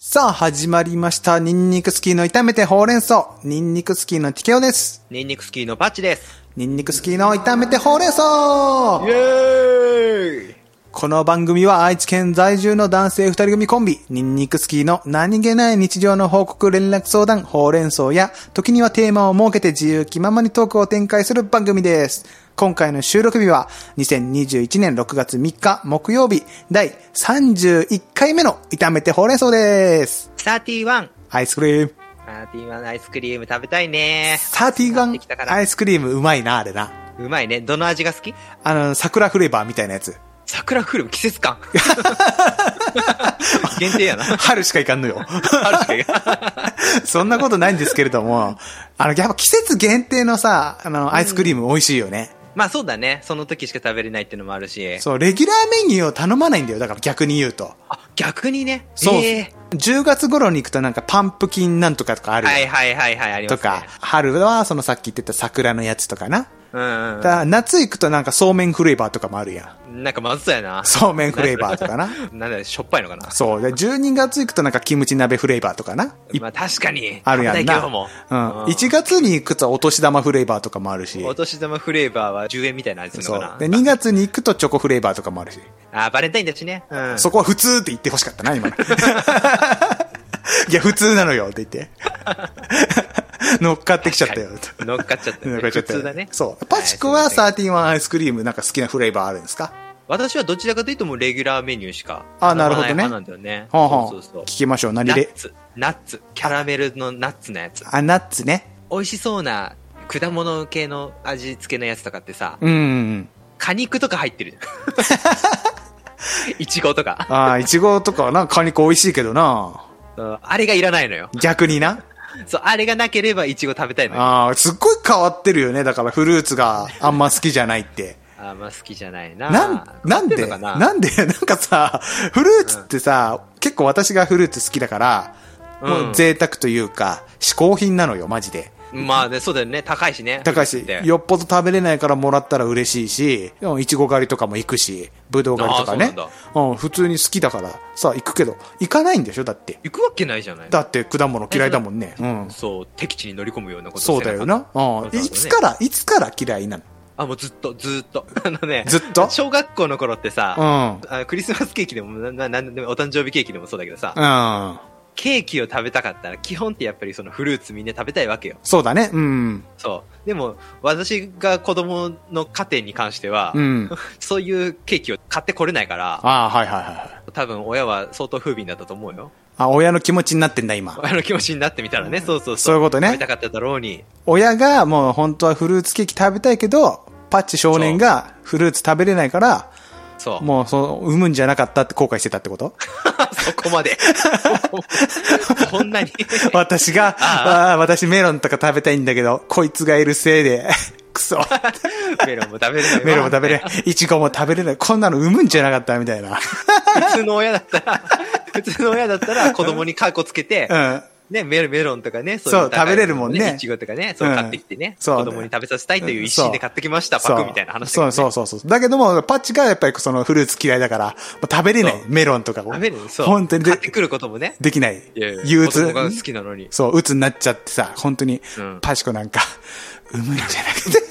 さあ、始まりました。ニンニクスキーの炒めてほうれん草。ニンニクスキーのティケオです。ニンニクスキーのパッチです。ニンニクスキーの炒めてほうれんイ草ェーイこの番組は愛知県在住の男性二人組コンビ、ニンニクスキーの何気ない日常の報告連絡相談、ほうれん草や、時にはテーマを設けて自由気ままにトークを展開する番組です。今回の収録日は、2021年6月3日木曜日、第31回目の炒めてほうれん草です。 !31! アイスクリーム。 31アイスクリーム食べたいね。サーティガ買ってきたかンらアイスクリームうまいな、あれな。うまいね。どの味が好きあの、桜フレーバーみたいなやつ。 桜フル季節感。限定 やな。春しかいかんのよ。あるしかそんなことないんですけれども、あの、やっぱ季節限定のさ、あの、アイスクリーム美味しいよね。まあそうだね。その時しか食べれないっていうのもあるし。そう、レギュラーメニューを頼まないんだよ。だから逆に言うと。あ、逆にね。そう。え10月頃に行くとなんかパンプキンなんとかとかあーるよ。はいはいはいはい、ありまとす、ね。か、。春はそのさっき言ってた桜のやつとかな。うんだから夏行くとなんかそうめんフレーバーとかもあるやん。うん。なんかまずそうやな。そうめんフレーバーとかな。なんだ、しょっぱいのかな。そう。で、12月行くとなんかキムチ鍋フレーバーとかな。いっまあ確かに。あるやん食べたな。いけどもうん。1月に行くとお年玉フレーバーとかもあるし。お年玉フレーバーは10円みたいな味するそのうか。なで、2月に行くとチョコフレーバーとかもあるし。あ、バレンタインだしね。うん。そこは普通って言ってほしかったな、 今の。いや、普通なのよって言って。 乗っかってきちゃったよ。乗っかっちゃった。乗っかっちゃ普ったよ通だね。そう。パチコははいすいませサんーティワンアイスクリームなんか好きなフレーバーあるんですか私はどちらかというともうレギュラーメニューしか。あなるほどね飲まない派なんだよね。はあはあそうそうそう聞。きましょう。何ナでッ。ツ。ナッツ。キャラメルのナッツのやつ。あ、ナッツね。美味しそうな果物系の味付けのやつとかってさ、うんうんうん。果肉とか入ってる。 いちごとか。ああ、いちごとかな、果肉美味しいけどな。そうあれがいらないのよ。逆にな。そう、あれがなければいちご食べたいのよ。ああ、すっごい変わってるよね。だからフルーツがあんま好きじゃないって。あんまあ好きじゃないな。なん、なん合ってで、のかななんで、 なんかさ、フルーツってさ、結構私がフルーツ好きだから、もう贅沢というか、嗜好品なのよ、マジで。まあね、そうだよね。高いしね。高いしフルーツってよっぽど食べれないからもらったら嬉しいし、でもいちご狩りとかも行くし、ぶどう狩りとかねあー。うん、普通に好きだから、さ、行くけど、行かないんでしょだって。行くわけないじゃない。だって果物嫌いだもんね。うん。そう、敵地に乗り込むようなことそうだよな。わうざわん。ざねいつから、いつから嫌いなのあ、もうずっと、ずっと。 あのね、ずっと小学校の頃ってうさ、ん。あクリスマスケーキでも、なななんでもお誕生日ケーキでもそうだけどさ、うん。ケーキを食べたかったら、基本ってやっぱりそのフルーツみんな食べたいわけよ。そうだね。うん。そう。でも、私が子供の家庭に関しては、うん。 そういうケーキを買ってこれないから、ああ、はいはいはいはい。多分親は相当不憫だったと思うよ。あ、親の気持ちになってんだ、今。親の気持ちになってみたらね、そうそうそう。そういうことね食べたかっただろうに、親がもう本当はフルーツケーキ食べたいけど、パッチ少年がフルーツ食べれないから、そう。もうその、産むんじゃなかったって後悔してたってこと そこまで。 こん なに。私が、ああー、私メロンとか食べたいんだけど、こいつがいるせいで、 くそ、メロンも食べれない。メロンも食べれない、いちごも食べれない、こんなの産むんじゃなかったみたいな。普通の親だったら、普通の親だったら子供にカッコつけてう、ん。ね、メロメロンとかね、いそう食べれるもんねいちごとかね、そううん買ってきてね、そう子供に食べさせたいという一心で買ってきました、そうパクみたいな話だけどそうねそうそうそう。だけども、パッチがやっぱりそのフルーツ嫌いだから、もう食べれないそ、うメロンとかを。食べるそう。本当に買でってくることもね。できないいやいや。憂子鬱供。が好きなのに。そう、鬱になっちゃってさ、本当にうん、パシコなんか、 産むんじゃなくて。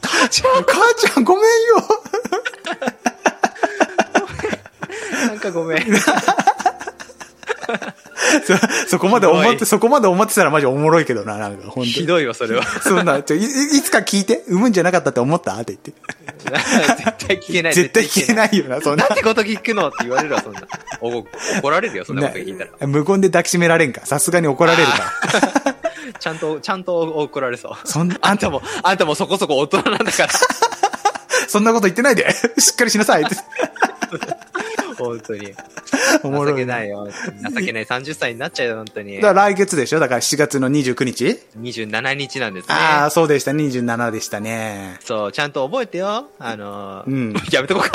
母ちゃん、母ちゃん、ごめんよ。 なんかごめん。そ、そこまで思っすごて、いそこまで思ってたらマジおもろいけどな、なんか、本当に。ひどいわ、それは。そんな、ちょ、い、いいつか聞いて、産むんじゃなかったって思ったって言って。絶対聞けない。絶対聞けい。ないよな、そんななん。てこと聞くのって言われるわ、そんな。お怒られるよ、そんなこと聞いたら。な無言で抱きしめられんか。さすがに怒られるか。ちゃんと、ちゃんと怒られそう。そん あんたも、あんたもそこそこ大人なんだから。そんなこと言ってないで。 しっかりしなさいって。 本当に。おもろ情けいな。ないよ。情けない30歳になっちゃうよ、本当にだか。ら来月でしょだから7月の29日27日なんですね。ああ、そうでした。27でしたね。そう、ちゃんと覚えてよ。あのーうんやめとこ うか。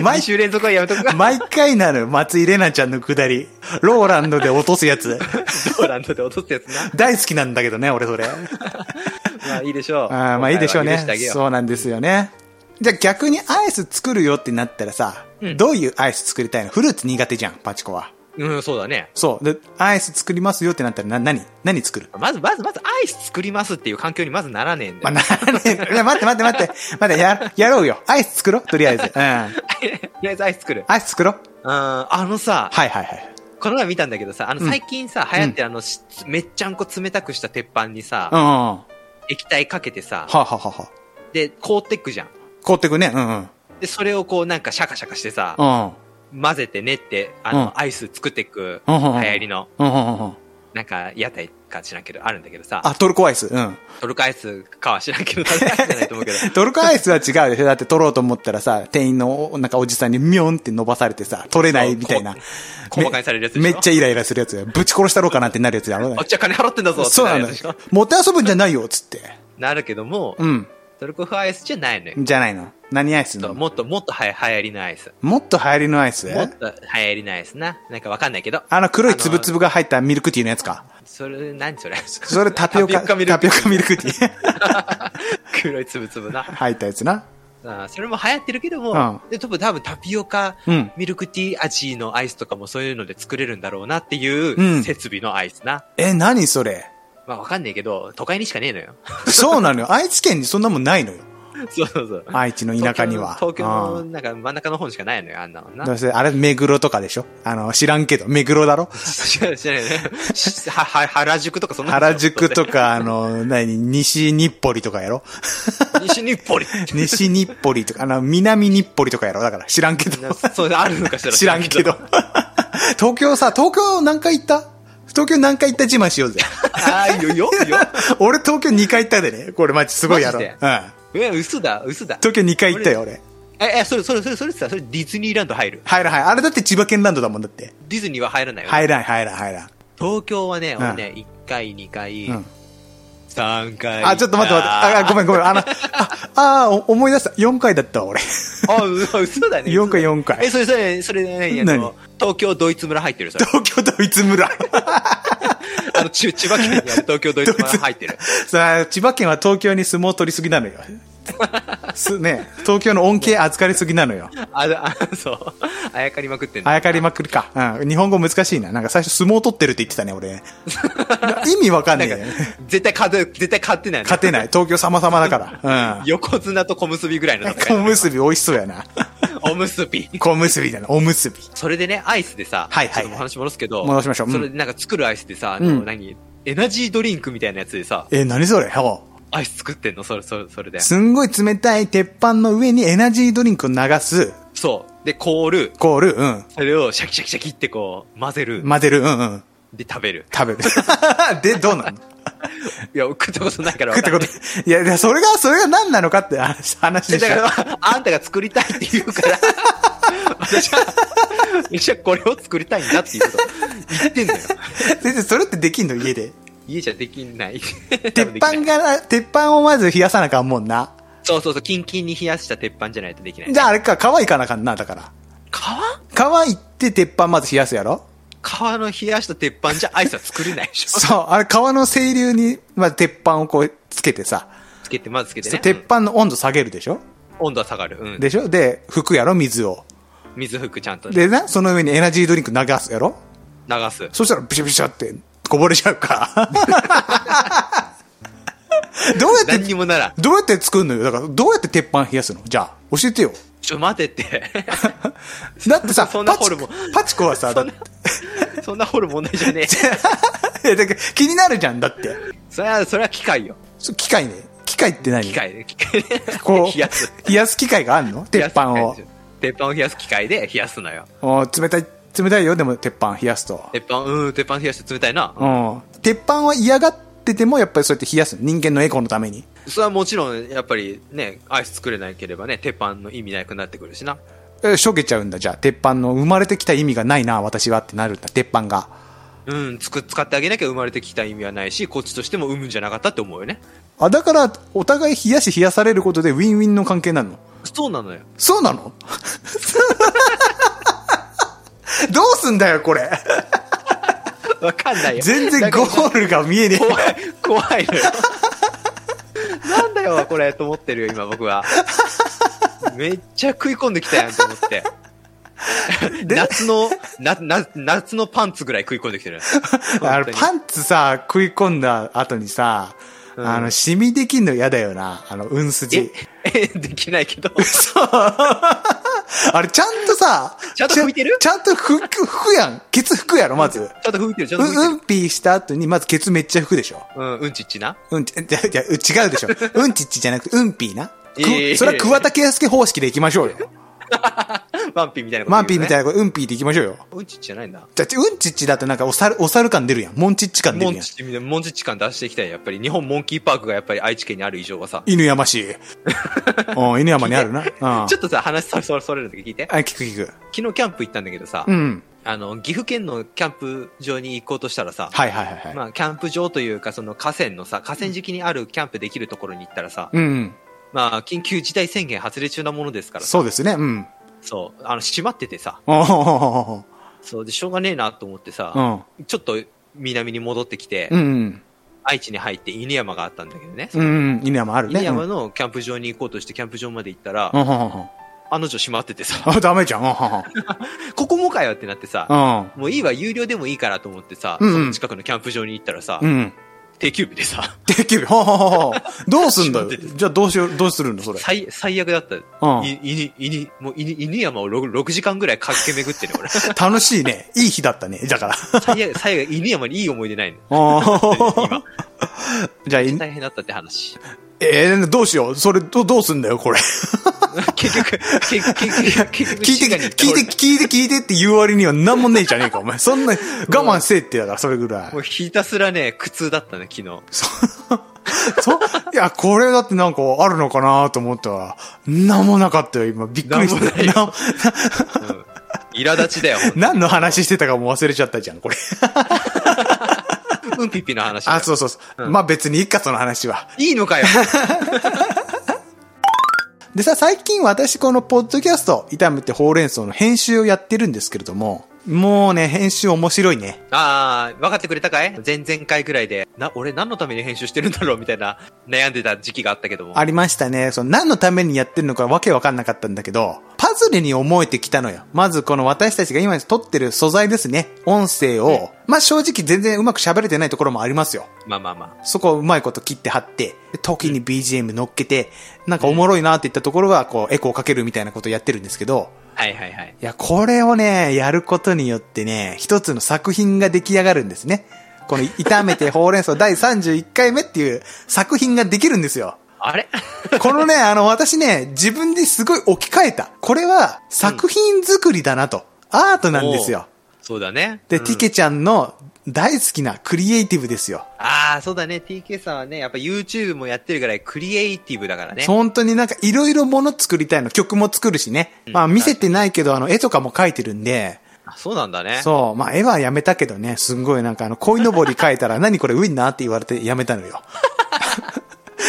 毎 2週連続はやめとこうか。毎回なの、松井玲奈ちゃんのくだり。ローランドで落とすやつ。ローランドで落とすやつな。大好きなんだけどね、俺それ。まあいいでしょう。あーまあいいでしょうね今回は許てあげ。よそうなんですよね。じゃあ逆にアイス作るよってなったらさ、うんどういうアイス作りたいのフルーツ苦手じゃん、パチコは。うん、そうだね。そう。で、アイス作りますよってなったら、な、何何作るまず、まず、まず、アイス作りますっていう環境にまずならねえんだまあ、なよ。ねえいや待って待って待って。待って、や、やろうよ。アイス作ろうとりあえず。うん。アとりあえずアイス作る。イス作ろううん、あのさ、はいはいはい。この前見たんだけどさ、あの、うん最近さ、流行ってるあの、しめっちゃんこ冷たくした鉄板にさ、うんうん。は液体かけてさあ、はあはあはあ。で、凍ってくじゃん。凍ってくね。うんうん。で、それをこうなんかシャカシャカしてさ、うん。混ぜて練って、あうんの、アイス作ってく、う流んうんうん行りの、うんうんうんうん。なんか、屋台か知らんけど、あるんだけどさ、あ、トルコアイス。うん。トルコアイスかは知らんけど、トルコアイスじゃないと 思うけど、トルコアイスは違うでしょだって取ろうと思ったらさ、店員のおなんかおじさんにミョンって伸ばされてさ、取れないみたいな。小馬鹿にされるやつでしょめっちゃイライラするやつだよぶち殺したろうかなってなるやつだろあっちは金払ってんだぞってそうななんるだやつでしょよ。持って遊ぶんじゃないよ、つって。なるけども、うん。トルコ風アイスじゃないのよ。じゃないの。何アイスなのもっと、もっとはや流行りのアイス。もっと流行りのアイスもっと流行りのアイスな。なんかわかんないけど。あの黒いつぶつぶが入ったミルクティーのやつか。それ、何それそれタピオカ、タピオカミルタクピオカミルクティー。 黒いつぶつぶな。入ったやつな。あーそれも流行ってるけども、うんで、多分多分タピオカ、うんミルクティー味のアイスとかもそういうので作れるんだろうなってういんう設備のアイスな。え、何それまあわかんないけど、都会にしかねえのよ。 そうなのよ。愛知県にそんなもんないのよ。そうそうそう。愛知の田舎には。東京の、東京のうんなんか真ん中の方にしかないのよ、あんなのなど。うせ、あれ、目黒とかでしょあの、知らんけど、目黒だろ知らない知らないね。 しは、は、原宿とかそんな原宿と か、あの、何、西日暮里とかやろ西日暮里。西日暮里とか、あの、南日暮里とかやろだから、知らんけど。なそういうのあるのかしら知らんけ ど。。東京さ、東京何回行った東京何回行った自慢しようぜ。ああ、よ、よ、よ。 俺東京2回行ったでね。これマジすごいやろ。うマん。ジ東でえ、嘘だ、嘘だ。京2回行ったよ、俺。え、え、それ、それ、それ、それさ、それディズニーランド入る。入らん入らんあれだって千葉県ランドだもんだって。ディズニーは入らないよ。入らん、入らん、入らん。東京はね、俺ね、1回、2回うん、 3回。あ、ちょっと待って待って。あ、ごめんごめん。あの、あ、あー、お思い出した。4回だったわ、俺。 めん。 あ、嘘嘘だね。 4回、嘘だ4え、回。それ、それ、それね、あの東京ドイツ村入ってる、それ。東京ドイツ村。 あの、ち千葉県にある東京ドイツ村入ってる。さあ、千葉県は東京に相撲取りすぎなのよ。すね、東京の恩恵預かりすぎなのよ。あ、あ、そう。あやかりまくってんあだ。やかりまくるか。うん。日本語難しいな。なんか最初相撲取ってるって言ってたね、 俺。意味わかんなねんえかよ。、絶対勝て、絶対勝てない。勝てない。東京様々だから。横綱と小結びぐらいのうん。戦小い。結び美味しそうやな。おむすび。小結びだな。おむすび。それでね、アイスでさ、はいはいちょっとお話戻すけど、戻しましょううんそれでなんか作るアイスでさ、あの、うん何エナジードリンクみたいなやつでさ、え、何それほうアイス作ってんのそれ、それ、それで。すんごい冷たい鉄板の上にエナジードリンクを流す。そう。で、凍る。コール、うん。それをシャキシャキシャキってこう、混ぜる。混ぜる、うんうん。で、食べる。食べる。 で、どうなのいや、食ったことないから食分ってかんこない。と。いや、いやそれが、それが何なのかって話話でしだょ。から、あんたが作りたいって言う から、私は、私はこれを作りたいんだっていうこと言ってんだよ。先生、それってできんの家で。家じゃできない。多鉄分できない板が、鉄板をまず冷やさなあかんもんな。そうそうそう、キンキンに冷やした鉄板じゃないとできない。じゃああれか、乾いかなあかんな、だから。皮乾いって鉄板まず冷やすやろ川の冷やした鉄板じゃアイスは作れないでしょ。そう、あれ川の清流に、まず鉄板をこうつけてさ、つけて、まずつけてそうね。鉄板の温度下げるでしょうん温度は下がる。うん。でしょで、拭くやろ水を。水服ちゃんと流でな、その上にエナジードリンク流すやろす。そしたらビシャビシャってこぼれちゃうから。 どうやっ何て、にもならん。どうやって作るのよだから、どうやって鉄板冷やすのじゃあ、教えてよ。ちょ、待てって。だってさ、 そんなパチホルモンパチコはさ、だそっんてな、そんな掘 る問題じゃね え。いやだから気になるじゃん、だって。 それは、それは機械よ。そう機械ね。機械って何機械ね。機械ね。こう、 冷やす。冷やす機械があるの鉄板を冷やす機械でしょ。鉄板を冷やす機械で冷やすのよ。お冷たい、冷たいよ、でも鉄板冷やすと。鉄板、うん、鉄板冷やして冷たいな。うん。鉄板は嫌がってても、やっぱりそうやって冷やす。人間のエコのために。それはもちろん、やっぱりね、アイス作れなければね、鉄板の意味なくなってくるしな。え、しょげちゃうんだ、じゃあ。鉄板の生まれてきた意味がないな、私はってなるんだ、鉄板が。うん、つく、使ってあげなきゃ生まれてきた意味はないし、こっちとしても産むんじゃなかったって思うよね。あ、だから、お互い冷やし冷やされることでウィンウィンの関係なの。そうなのよ。そうなのどうすんだよ、これ。 わかんないよ。全然ゴールが見えねえ。怖い、怖いのよ。なんだよ、これ、と思ってるよ、今僕は。めっちゃ食い込んできたやんと思って。で夏の、な、な、夏のパンツぐらい食い込んできてる。あの、パンンツさ、食い込んだ後にさ、うんあの、シミできんの嫌だよな。あの、うんすじ。え、できないけど。そう。 あれ、ちゃんとさ、ちゃんと拭いてるちゃんと拭く、拭くやん。ケツ拭くやろ、まず。ちゃんと吹いてる、ちゃんうとん、う吹いてんぴーした後に、まずケツめっちゃ拭くでしょ。る。うん、うんちっちな。うんち、 じゃ、じゃ、違うでしょ。うんちっちじゃなくて、うんぴーな。くいやいやいやそれは桑田佳祐方式でいきましょうよ。マンピーみたいなことマンピー言うよねみたいなこと、うんぴーでいきましょうよ。うんちっちじゃないんだ。じゃ、ちうんちっちだとなんかお猿、お猿感出るやん。モンチッチ感出モるンやん。チッチ、モンチッチ感出していきたい。やっぱり日本モンキーパークがやっぱり愛知県にある以上はさ。犬山市。 うん、犬山にあるな。うん。あちょ、っとさ、話それそれそれるんだけど聞いて。聞く聞く。昨日キャンプ行ったんだけどさ、うん。あの、岐阜県のキャンプ場に行こうとしたらさ、はいはいはいはい。まあ、キャンプ場というか、その河川のさ、河川敷にあるキャンプできるところに行ったらさ、うんうん。まあ、緊急事態宣言発令中なものですからさ、そうですね。うん。そう、あの、閉まっててさ、おーそう、で、しょうがねえなと思ってうさ、ん。ちょっと南に戻ってきて、うん。愛知に入って犬山があったんだけどね、うん。犬山あるね。犬う山んのキャンプ場に行こうとして、キャンプ場まで行ったら、うんうんうんうん案の定閉まっててさ、 あ、ダメじゃん。うんうんうんここもかよってなってさ、うん。もういいわ、有料でもいいかなと思ってさ、うんうんその近くのキャンプ場に行ったらさ、うん。定休日でさ、定休日。ほうほうほうほうどうす んだよ。閉まってじゃあどうしよう、どうするんだ、それ。最最悪だった。うんい犬、犬、もう犬犬山を 6, 6時間ぐらい駆け巡って ね、俺。楽しいね。いい日だったね。だから。最悪、最悪、犬山にいい思い出ないの。おー今、じゃあ、い大変だったって話。 えー、どうしよう。それ、どどうすんだよ、これ。結局、結局、結局、結聞い局て、滋賀に行った聞いて、俺聞いて、聞いてって言う割には何もねえじゃねえか、お前。そんな、我慢せえってだから、それぐらい も。うひたすらね、苦痛だったね、昨日。そういや、これだってなんかあるのかなと思ったら、なんもなかったよ、今。びっくりしなんもないた。よなんもうん。苛立ちだよ。ほんと何の話してたかも忘れちゃったじゃん、これ。うんぴっぴの話だよ。あ、そうそうそう。まあ別にいいか、その話は。いいのかよ。 でさ、最近私このポッドキャスト、痛めてほうれん草の編集をやってるんですけれども、もうね、編集面白いね。ああ、分かってくれたかい前々回ぐらいで、な、俺何のために編集してるんだろうみたいな悩んでた時期があったけども。ありましたね。その何のためにやってるのかわけわかんなかったんだけど、パズルに思えてきたのよ。まずこの私たちが今撮ってる素材ですね。音声を。まあ正直全然うまく喋れてないところもありますよ。まあまあまそこをうまいこと切って貼って、で時に BGM 乗っけて、なんかおもろいなって言ったところはこうエコーかけるみたいなことをやってるんですけど、あ。はいはいはい。いや、これをね、やることによってね、一つの作品が出来上がるんですね。この炒めてほうれん草 第31回目っていう作品ができるんですよ。あれこ のね、あの、私ね、自分ですごい置き換えた。これは作品作りだなと。アートなんですよ。おうそうだね。で、うん TK ちゃんの大好きなクリエイティブですよ。ああ、そうだね。TK さんはね、やっぱ YouTube もやってるぐらいクリエイティブだからね。本当になんかいろいろもの作りたいの。曲も作るしね。まあ見せてないけど、あの、絵とかも描いてるんで、あそうなんだね。そう、まあ絵はやめたけどね、すんごいなんかあの、鯉のぼり描いたら 何これウィンナーって言われてやめたのよ。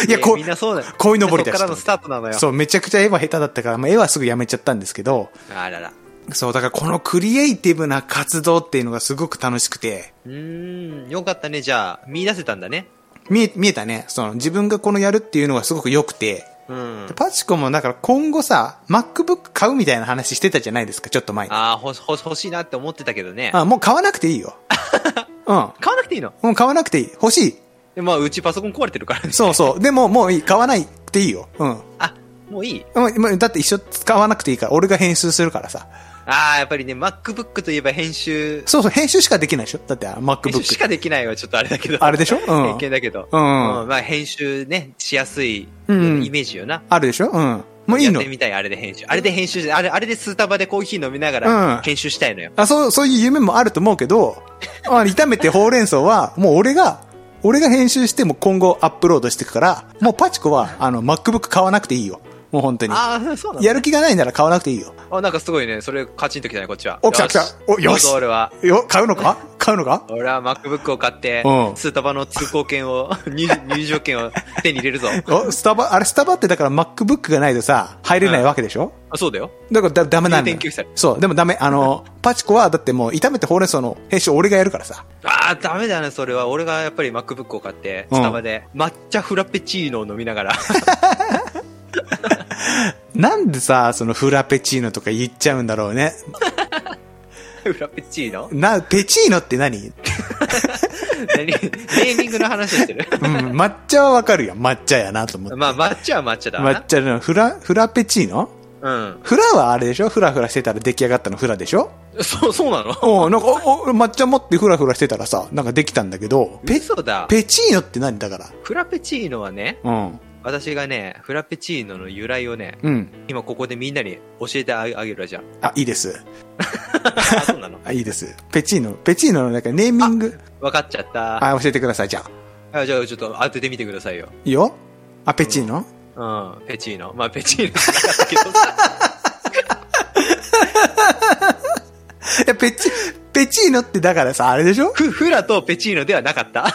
いや、ねこみんなそうだよ。鯉のぼりだしそっからのスタートなのよ。そう、めちゃくちゃ絵は下手だったから、まあ絵はすぐやめちゃったんですけど、あらら。そう、だからこのクリエイティブな活動っていうのがすごく楽しくて、うーん、よかったね。じゃあ、見出せたんだね。見え、見えたね。その自分がこのやるっていうのがすごく良くて、うんで。パチコもだから今後さ、MacBook 買うみたいな話してたじゃないですか、ちょっと前に。ああ、ほ、ほ、欲しいなって思ってたけどね。あ、もう買わなくていい よ。うん。買わなくていいのもう買わなくていい。欲しい。でまあ、うちパソコン壊れてるからね。そうそう。でももういい。買わなくていいよ。うん。あ、もういいもうもうだって一緒使わなくていいから、俺が編集するからさ。ああ、やっぱりね、MacBook といえば編集、そうそう、編集しかできないでしょだってあ編集し MacBook。かできないはちょっとあれだけど。あれでしょうん偏見だけど。うんまあ、編集ね、しやすい、うんイメージよな。あるでしょうん。もういいのやってみたい、あれで編集。あれで編集しあれ、あれでスータバでコーヒー飲みながらう、ん編集したいのよ。あそう、そういう夢もあると思うけど、あ炒めてほうれん草は、もう俺が、俺が編集しても今後アップロードしていくから、もうパチコは、あの、MacBook 買わなくていいよ。もう本当に。ああ、そうなのやる気がないなら買わなくていいよ。あ、なんかすごいね、それカチンときたね、こっちは。お、来た来たよし。お、よしどうぞ。俺は。よ、買うのか買うの か俺は MacBook を買って、うんスータバの通行券を、 入入場券を手に入れるぞ。 お、スタバ、あれスタバってだから MacBook がないとさ、入れないわけでしょ、あ、そうだよ。だからだダメなんだ入店拒否されるそう、でもダメ。あの、パチコはだってもう炒めてほうれん草の編集俺がやるからさ。ああ、ダメだね、それは。俺がやっぱり MacBook を買って、うんスタバで、抹茶フラペチーノを飲みながら。なんでさ、そのフラペチーノとか言っちゃうんだろうね。 フラペチーノな、ペチーノって何何ネーミングの話をし てるうん、抹茶はわかるよ。抹茶やなと思って。まあ、抹茶は抹茶だわな抹。茶のフラ、フラペチーノうん。フラはあれでしょフラフラしてたら出来上がったのフラでしょそう、そうなのおうなんか、おお抹茶持ってフラフラしてたらさ、なんかできたんだけど、ペ、嘘だ。ペチーノって何だから。フラペチーノはね、うん。私がね、フラペチーノの由来をね、うん。今ここでみんなに教えてあげあげる わじゃん。あ、いいです。あ、そうなのあ、いいです。ペチーノ、ペチーノのなんかネーミング、分かっちゃった。 あ、教えてください、じゃあ。あじゃあちょっと当ててみてくださいよ。いいよあ、ペチーノうん、ペチーノ。まあ、ペチーノじゃな かったけどさ。いや、ペチ、ペチーノってだからさ、あれでしょフフラとペチーノではなか った。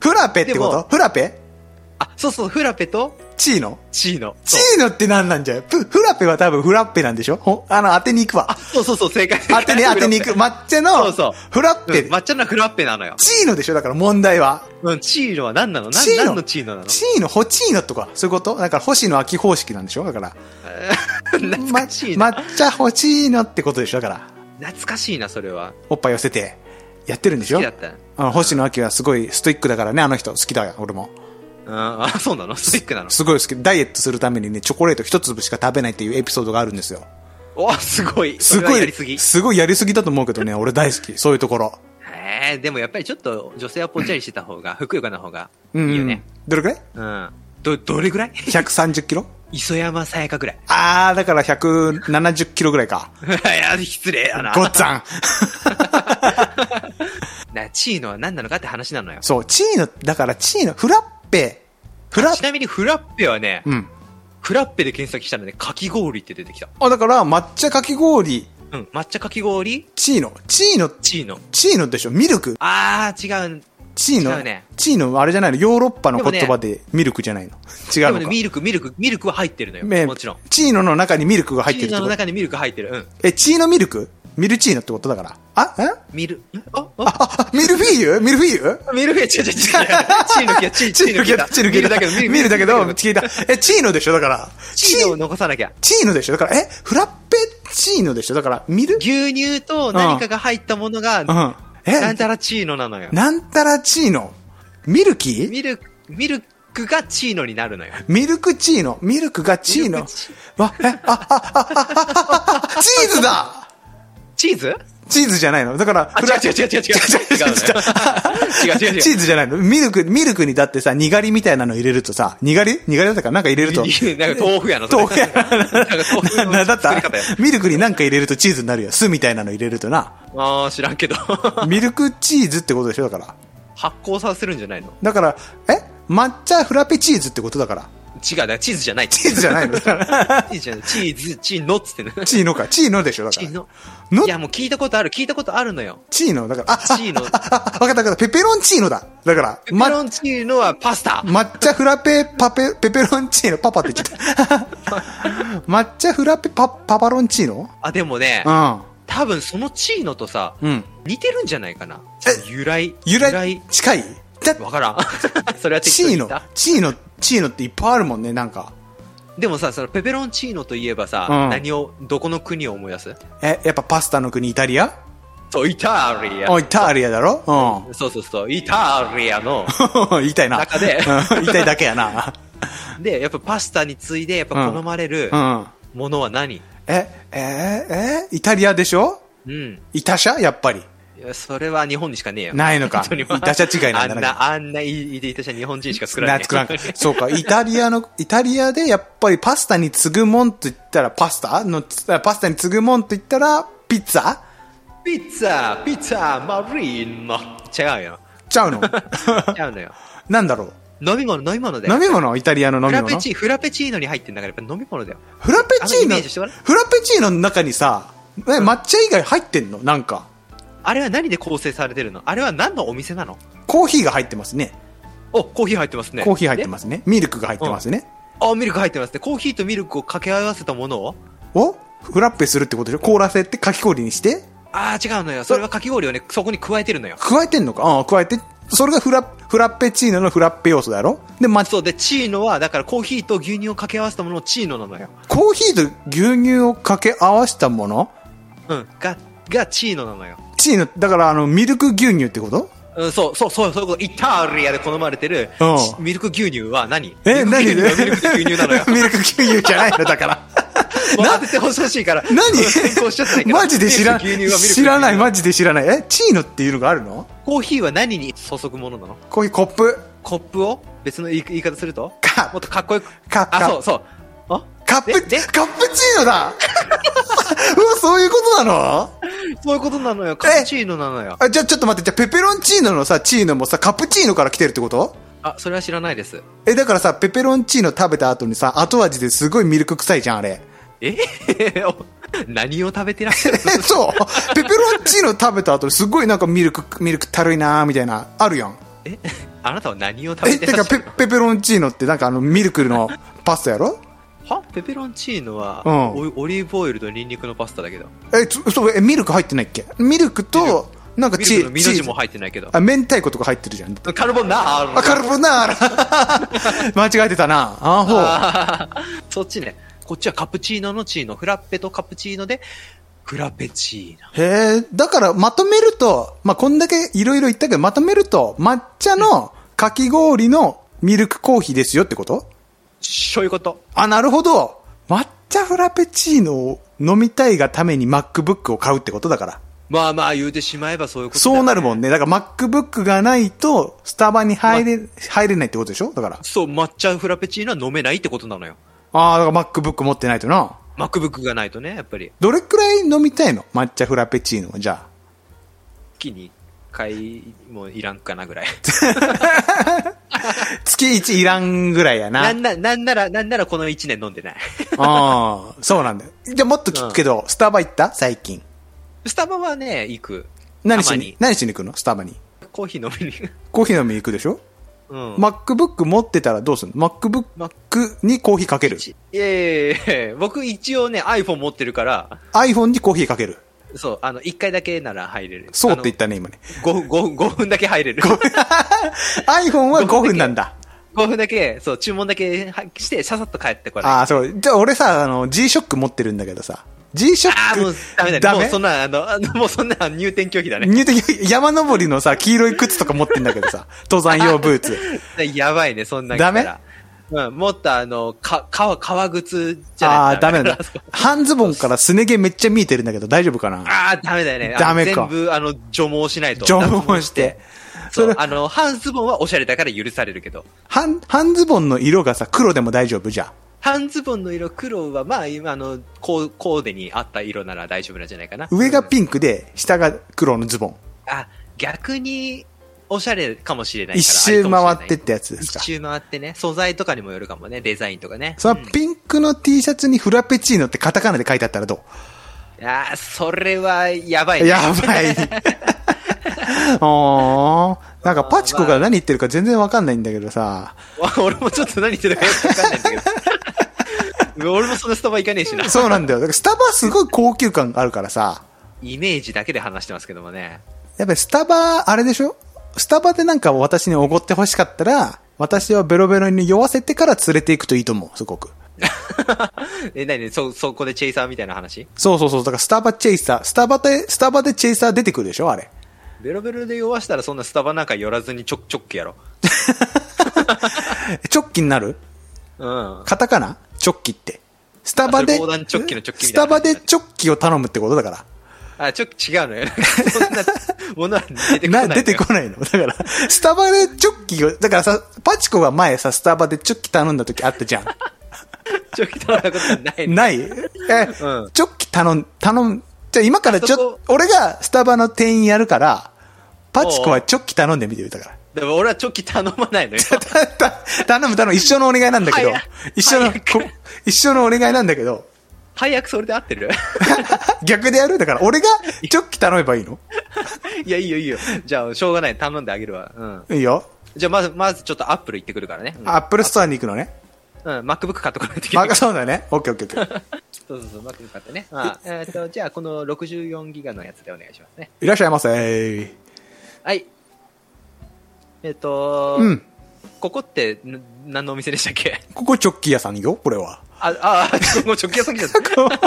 フラペってこでともフラペあ、そうそう、フラペとチーノチーノ。チーノって何なんじゃよフフラペは多分フラッペなんでしょほんあの、当てに行くわ。そうそうそう、正解正当解てに、当てに行く。抹茶の、そうそうフラッペ、うん抹茶のフラッペなのよ。チーノでしょだから問題は。うん、チーノは何なのなチーノ何のチーノなのチーノ、ホチーノとか、そういうことだから星野秋方式なんでしょだから。 懐まかしいな。抹茶ホチーノってことでしょだから。懐かしいな、それは。おっぱい寄せて、やってるんでし好ょきだった。うん、あの星野秋はすごいストイックだからね、あの人。好きだよ、俺も。あ、そうなのストイックなのすごい好き。ダイエットするためにね、チョコレート一粒しか食べないっていうエピソードがあるんですよ。お、すごい。すそれご、はいやりすぎ。すごいやりすぎだと思うけどね、俺大好き。そういうところ。えー、でもやっぱりちょっと女性はぽっちゃりしてた方が、ふくよかな方がいうん。いよね。どれくらいうん。ど、どれぐらい ?130 キロ磯山さやかぐらい。 あー、だから170キロぐらいか。いや、失礼だな。 ごっつぁ ん。な、チーノは何なのかって話なのよ。そう、チーノ、だからチーノ、フラッペ、フラちなみにフラッペはね、うん。フラッペで検索したらね、かき氷って出てきた。あ、だから、抹茶かき氷、うん、抹茶かき氷チーノ、チーノ、チーノ。チーノでしょミルクあー、違う。チー違ノ、うねチーノ、あれじゃないのヨーロッパのでも言ね葉でミルクじゃないの。違でうものね、か。ミルク、ミルク、ミルクは入ってるのねよ。もちろん。チーノの中にミルクが入ってるチっーてノこのと中にミルク入ってる。うん。え、チーノミルクミルチーノってことだから。あ、えミル、んあ、あ、あ、ミルフィーユミルフィーユミルフィーユ違う違う違う。チーノ来た、チチーチーーノ聞ノ来いた、た。チーノ聞いた。ミルだけど、聞いた。え、チーノでしょだから。チーノを残さなきゃ。チーノでしょだから、え、フラッペチーノでしょだから、ミル牛乳と何かが入ったものが、うん。なえん、たらチーノなのよ。なんたらチーノミルキーミルク、ミルクがチーノになるのよ。ミルクチーノミルクがチーミルノクチわ、え、あ、あ、あ、あ、あ、あ、チーズだチーズチーズじゃないのだから、あ、フラ違う違う違う 違う違う。違う 違う違う。違う違う違う。チーズじゃないのミルク、ミルクにだってさ、にがりみたいなの入れるとさ、にがりにがりだったかなんか入れると。なんか豆腐やの。それ豆腐やなんか豆腐な、なのだった作り方や。ミルクになんか入れるとチーズになるよ。酢みたいなの入れるとな。あー、知らんけど。発ミルクチーズってことでしょだから。酵させるんじゃないのだから、え抹茶フラペチーズってことだから。違う、だからチーズじゃない。チーズじゃないのだからチーズじゃない。チーズ、チーノっつってね。チーノか。チーノでしょだかチらー。ノ。のいや、もう聞いたことある、聞いたことあるのよ。チーノだから。あ、あ、チーノ。あ、 わかったわかった。ペペロンチーノだ。だから、ペペまロンチーノはパスタ。抹茶フラペ、パペ、ペペロンチーノ、パパって言っち ゃった。抹茶フラペ、パ、パパロンチーノあ、でもねう、ん。多分そのチーノとさ、うん。似てるんじゃないかな。え由来。由来、近いだわからん。 それは適チ当にー言っノた。、チーノ、チーノっていっぱいあるもんね、なんか。でもさ、そのペペロンチーノといえばさ、うん何を、どこの国を思い出すえ、やっぱパスタの国イタリアそう、イタリおア。イタリアだろそうそうそう、イタリアの。うん。 言いたいな。中でうん言いたいだけや な。で、やっぱパスタに次いで、やっぱ好まれるうん。ものは何え、えー、えーイタリアでしょうん。イタシャやっぱり。いやそれは日本にしかねえよ。ないのか。イタシャ違いなんだあんな、あんな、いいでいたし日本人しか作らない。な作らんか。そうか、イタリアの、イタリアでやっぱりパスタに次ぐもんって言ったらパスタの、パスタに次ぐもんって言ったらピッツァピッツァ、ピッツァ、マリーノ。違う よ。ちゃう の違うのよ。なんだろう飲み物、飲み物で。飲み物イタリアの飲フみラペ物チー、フラペチーノに入ってんだから、やっぱ飲み物だよ。フラペチあのイーメノ、ージしてごらんフラペチーノの中にさ、え抹茶以外入ってんのなんか。あれは何で構成されてるのあれは何のお店なのコーヒーが入ってますね。お、コーヒー入ってますね。コーヒー入ってす。ますね。ミルクが入ってますね。あ、ミルク入ってますね。コーヒーとミルクを掛け合わせたものををフラッペするってことでしょ凍らせてかき氷にしてあー、違うのよ。それはかき氷をね、そこに加えてるのよ。加えてんのかああ、加えて、それがフラ、フラッペチーノのフラッペ要素だろで、ま、そうで、チーノは、だからコーヒーと牛乳を掛け合わせたものをチーノなのよ。コーヒーと牛乳を掛け合わせたものうん。が、がチーノなのよ。チーノ、だからあの、ミルク牛乳ってことうん、そう、そう、そう、そういうこと。イタリアで好まれてるうん、ミルク牛乳は何え、何ミルク牛乳はミルクと牛乳なの 。よミルク牛乳じゃないの、だから。なててほしいから。何変更しちゃったらいけないマジで知らん、ミルク牛乳はミルク知らない、牛乳マジで知らない。え、チーノっていうのがあるのコーヒーは何に注ぐものなのこういうコップ、コップを別の言い言い方するとカもっとかっこよく。カップあ、そう、そう。あカップ、カップチででーノだ うわ、そういうことなのそういうことなのよ。カプチーノなのよ。あ、じゃあちょっと待って、じゃあペペロンチーノのさ、チーノもさ、カプチーノから来てるってことあ、それは知らないです。え、だからさ、ペペロンチーノ食べた後にさ、後味ですごいミルク臭いじゃん、あ れ。え何を食べてらっしゃるえ、そう。ペペロンチーノ食べた後、すごいなんかミルク、ミルクたるいなーみたいな、あるやん。えあなたは何を食え、べててらかっしゃペる、ペペロンチーノってなんかあの、ミルクのパスタやろのはペペロンチーノは、うんオオリーブオイルとニンニクのパスタだけど。え、つそう、え、ミルク入ってないっけミルクと、なんかミチルクーズ、のミチの字ーズも。入ってないけど。あ、明太子とか入ってるじゃん。カルボナーあ、ラカルボナーラ 間違えてたな。あほう。あーそっちね。こっちはカプチーノのチーノ。フラッペとカプチーノで、フラペチーノ。へえ、だからまとめると、まあ、こんだけいろいろ言ったけど、まとめると、抹茶のかき氷のミルクコーヒーですよってことそういうこと。あ、なるほど。抹茶フラペチーノを飲みたいがために MacBook を買うってことだから。まあまあ言うてしまえばそういうことだそよね、うなるもんね。だから MacBook がないと、スタバに入れ、入れないってことでしょだから。そう、抹茶フラペチーノは飲めないってことなのよ。ああ、だから MacBook 持ってないとな。 MacBook がないとね、やっぱり。どれくらい飲みたいの抹茶フラペチーノは、じゃあ。月に1回もいらんかなぐらい。月1いらんぐらいやな。なんな、なんなら、なんならこの1年飲んでない。ああ、そうなんだよ。じゃあもっと聞くけど、スタバ行った最近。スタバはね、行く。何したまにに、何しに行くのスタバに。コーヒー飲みに行く。コーヒー飲みに行くでしょ、うん。 ?MacBook 持ってたらどうするの ?MacBook にコーヒーかける。ちいやいやいやいや僕一応ね、iPhone 持ってるから、 iPhone にコーヒーかける。そう、あの、1回だけなら入れる。そうって言っったね、今 ね。た。5, 5, 5分だけ入れる。 iPhone は5分なんだ。 5分だけ、そう、注文だけはして、ささっと帰ってこれ。ああ、そう。じゃあ俺さ、あの、G-SHOCK 持ってるんだけどさ。あー、もう G-SHOCK ダメだね。ダもうメそんな、あの、あのもうそんな入店拒否だね。入的山登りのさ、黄色い靴とか持ってんだけ どさ。登山用ブーツ。やばいね、そんなん来たらうん、もっとあの、か、か、革靴じゃないああー、ダメだだ。半ズボンからすね毛めっちゃ見えてるんだけど大丈夫かな ああ、ダメだよね。ダメかあの全部、あの、除毛しないと。縄文して。 そそうれ、あの、半ズボンはおしゃれだから許されるけど。半、半ズボンの色がさ、黒でも大丈夫じゃあ。半ズボンの色黒は、まあ、今あの、コーコーデに合った色なら大丈夫なんじゃないかな。上がン。ピンクで、下が黒のズボン。あ、逆に、おしゃれかもしれないから。一周回ってっありかもしれないてやつですか一。周回ってね。素材とかにもよるかもね。デザインとかね。そのピンクの T シャツにフラペチーノってカタカナで書いてあったらどああ、それは、やばいうね。やばい。おー。なんかパチコが何言ってるか全然わかんないんだけどさ。 わ俺もちょっと何言ってるかよくわかんないんだけど。俺 もそんなスタバ行かねえしな。そうなんだよ。だからスタバすごい高級感あるからさ。イメージだけで話してますけどもね。 やっぱりスタバ、あれでしょスタバでなんか私におごって欲しかったら、私はベロベロに酔わせてから連れて行くといいと思う、すごく。え、なにね、そ、そこでチェイサーみたいな話そうそうそう、だからスタバチェイサー、スタバで、スタバでチェイサー出てくるでしょあれ。ベロベロで酔わしたらそんなスタバなんか寄らずにちょ、ちょっけやろ。えチョッキになるうん。カタカナチョッキって。スタバあで、それ防弾チョッキのチョッキみスたタいなバでチョッキを頼むってことだから。あ、ちょ、違うのよ。そんなものは出てこな ないのよ。出てこないの。だから、スタバでチョッキを、だからさ、パチコが前さ、スタバでチョッキ頼んだ時あったじゃん。ちょっき頼んだことはない。ないえ、んチョッキ頼ん、頼ん、じゃあ今からちあそょこ、俺がスタバの店員やるから、パチコはチョッキ頼んでみてよ、だから。でも俺はチョッキ頼まないのよ。たた頼む頼む、一緒のお願いなんだけど早い、一緒の、こ早く一緒のお願いなんだけど、配役それで合ってる 逆でやるだから、俺がチョッキ頼めばいいのいや、いいよいいよ。じゃあ、しょうがない。頼んであげるわ。うん。いいよ。じゃあ、まず、まずちょっとアップル行ってくるからね。うんアップルストアに行くのね。うん、MacBook 買ってこないといけないあ、。そうだね。オッケーオッケーオッケー。そうそうそう、マックに買ってね。あえっと、じゃあ、この64ギガのやつでお願いしますね。いらっしゃいませ。はい。えっと、うん。ここってん何のお店でしたっけここチョッキ屋さんよ、これは。 あ、あ、 あもう直径先じゃない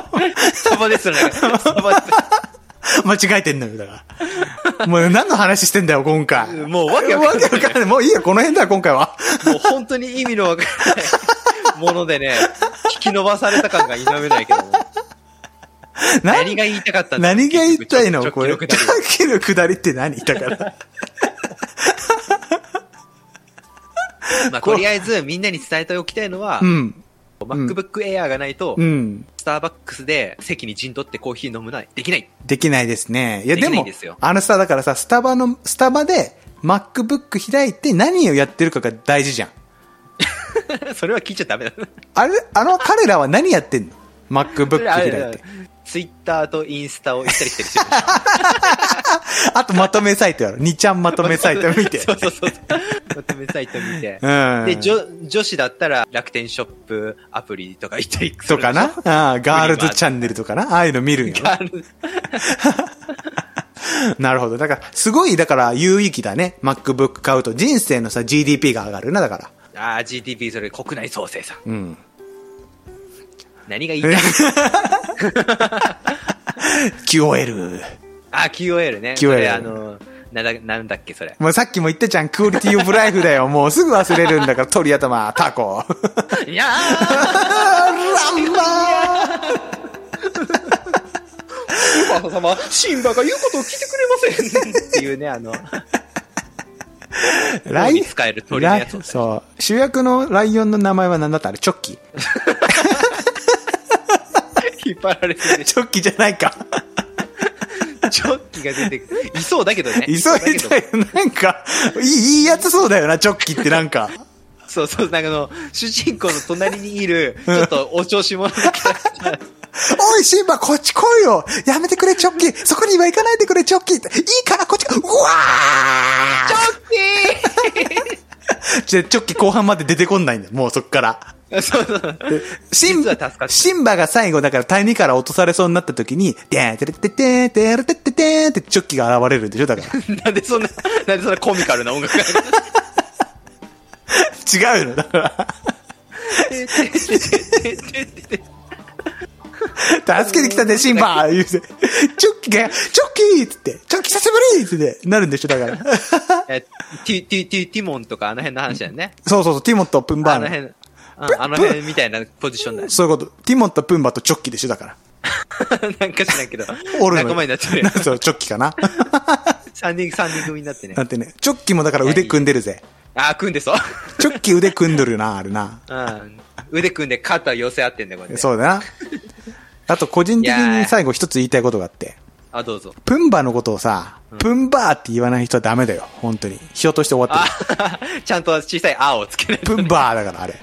サバですよね。サバで間違えてんのよ、だから。もう何の話してんだよ、今回。すもうわけわわかんけなわかんない。もういいよ、この辺だ、今回は。い。もう本当に意味のわからないものでね、引き伸ばされた感が否めないけども。何何が言いたかったんだ何が言いたいのこれ。チ直径ョッの下りキ の下りって何だから。まあ、とりあえずみんなに伝えておきたいのは、うん。 MacBook Air がないと、うん。スターバックスで席に陣取ってコーヒー飲むない、できない。 できないですね。いや、できでないんもですよ、あのさ、だからさ、スタバの、スタバで MacBook 開いて何をやってるかが大事じゃん。それは聞いちゃダメだ。あれ、あ の彼らは何やってんの ?MacBook 開いて。ツイッターとインスタを行ったり来たりしてる。あとまとめサイトやろ。2ちゃんまとめサイト見て。 そうそうそうそう。まとめサイト見て。うんで、女、女子だったら楽天ショップアプリとか行ったりするとかな。ああ、ガールズチャンネルとかな。ああいうの見るんやろ。 ガー ルなるほど。だから、すごい、だから、有意義だね。MacBook 買うと。人生のさ、GDP が上がるな、だ から。あー GDP それ国内総生産。うん。何がいい か。 QOL。あー、QOL ね。 QOL それあの、なんだ、なんだっけ、そ れ。もうさっきも言ったじゃん。クオリティオブライフ だよ。もうすぐ忘れるんだから、鳥頭、タコ。いやーランバーユーバー様、シンバが言うことを聞いてくれませんっていうね、あの、 ライ脳に使える鳥のやつをねライそう。主役のライオンの名前は何だったあれ、チョッキ。引っ張られてる。チョッキじゃないか。チョッキが出てくる。いそうだけどね。急いだよ。なんか、いい、いいやつそうだよな、チョッキってなんか。そうそう、なんかあの、主人公の隣にいる、ちょっとお調子者のキャラクターおい、シンバ、こっち来いよやめてくれ、チョッキそこには行かないでくれ、チョッキいいから、こっち来いうわチョーじゃチョッキ後半まで出てこんないんだよ、もうそっから。ッキー そうそう。シン実は助かったシンバが最後、だから、谷から落とされそうになった時に、てんてれててんてれてててんってチョッキが現れるんでしょだから。なんでそんな、なんでそんなコミカルな音楽 が 違うのだから、助けてきたね、シンバ言うて。チョッキが、チョッキーっつって、チョッキ久しぶりっつって、なるんでしょだ から。えティ、ティ、ティ、ティモンとかあの辺の話だよね。そうそうそう、ティモとプンバあーのの。辺、うんあの辺みたいなポジションだよそういうこと。ティモンとプンバとチョッキでしょだから。ね。 なんか知らんけど。おるのよ仲間になって るよ。そう、チョッキかな。三人、三人組になってねだ。ってね、チョッキもだから腕組んでるぜ。あー、組んでそう。チョッキ腕組んどるな、あるな。うん。腕組んで肩寄せ合ってんだよ、これ。そうだな。あと個人的いやにー最後一つ言いたいことがあって、あ、どうぞ。プンバのことをさ、プンバーって言わない人はダメだよ。本当に。人として終わってあ る。、ちゃんと小さいあをつけないと。プンバーだから、あれ。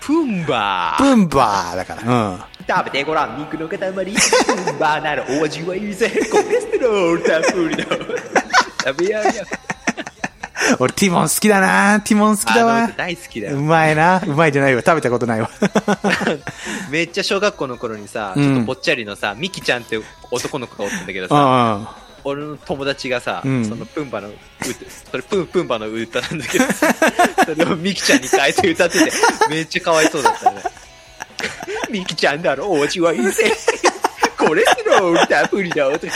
プンバー。プンバーだから。うん。食べてごらん、肉の塊。プンバーならお味はいいぜ。コレステロールたっぷりの。食べ やるよ。俺、ティモン好きだなティモン好きだあのわ歌。大好きだうよ。まいな。うまいじゃないわ。食べたことないわ。 めっちゃ小学校の頃にさ、うんちょっとぽっちゃりのさ、ミキちゃんって男の子がおったんだけどうさ、ん。俺の友達がさ、うんそのプンバの歌、それプンプンバの歌なんだけど さ、それをミキちゃんに変えて歌ってて、めっちゃかわいそう だったね。ミキちゃんだろ、お味はいいぜ。コレステロールたっぷりだよ。とか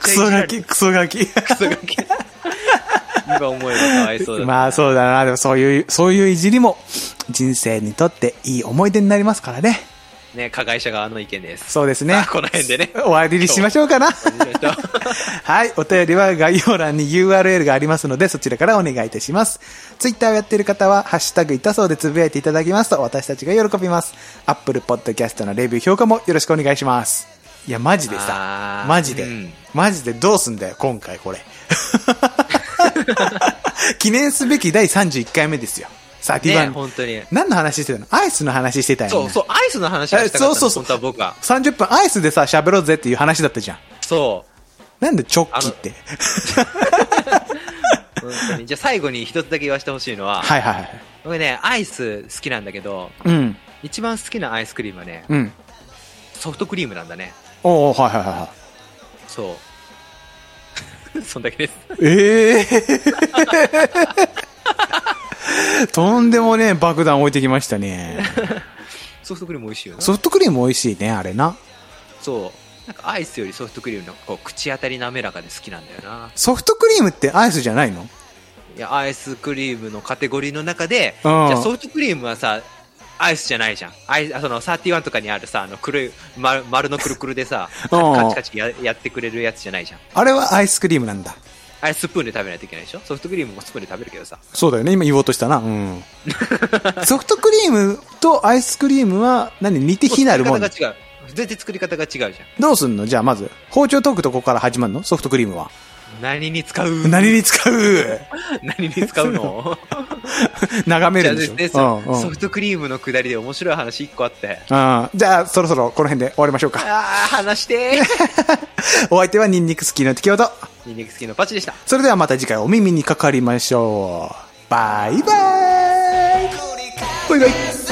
クソガキ、クソガキ。クソガキ。今思えばかわいそうだ。まあそうだな。でもそういう、そういういじりも人生にとっていい思い出になりますからね。ね、加害者側の意見です。そうですねさあ。この辺でね終わりにしましょうかな。はい。お便りは概要欄に URL がありますので、そちらからお願いいたします。Twitter をやっている方は、ハッシュタグいたそうでつぶやいていただきますと、私たちが喜びます。Apple Podcast のレビュー評価もよろしくお願いします。いや、マジであさー、マジで、うんマジでどうすんだよ、今回 これ。記念すべき第31回目ですよ。さあ、ディバね、ン。本当に。何の話してたのアイスの話してたよね。そうそう、アイスの話がしたかったのえそうそうそう本当は僕は。 30分アイスでさ、喋ろうぜっていう話だったじゃん。そう。なんでチョッキって。本当に。じゃあ最後に一つだけ言わせてほしいのは、はいはいはい。僕ね、アイス好きなんだけど、うん。一番好きなアイスクリームはね、うん。ソフトクリームなんだね。おおはいはいはいはい。そう。 そんだけです。ええ とんでもねえ爆弾置いてきましたね。ソフトクリーム美味しいよね。ソフトクリーム美味しいね、あれな。そう。なんかアイスよりソフトクリームのこう口当たり滑らかで好きなんだよな。ソフトクリームってアイスじゃないのいや、アイスクリームのカテゴリーの中で、うじんゃあソフトクリームはさ、アイスじゃないじゃん。アイス、あその31とかにあるさ、あの黒い、丸丸のくるくるで さ、うんカチカチややってくれるやつじゃないじゃん。あれはアイスクリームなんだ。あれスプーンで食べないといけないでしょソフトクリームもスプーンで食べるけどさ。そうだよね、今言おうとしたな。う ん。ソフトクリームとアイスクリームは何似て非なるもん作り方が違う。全然作り方が違うじゃん。どうすんのじゃあまず、包丁研ぐとこから始まるのソフトクリームは。何に使う何に使う 何に使 うの眺めじゃるんあでしょね、うんそううんソフトクリームのくだりで面白い話1個あって。うんじゃあ、そろそろこの辺で終わりましょうか。ああ、話し てーお相手はニンニク好きの適応と。ニンニク好きのパチでした。それではまた次回お耳にかかりましょう。バイバイバイバイ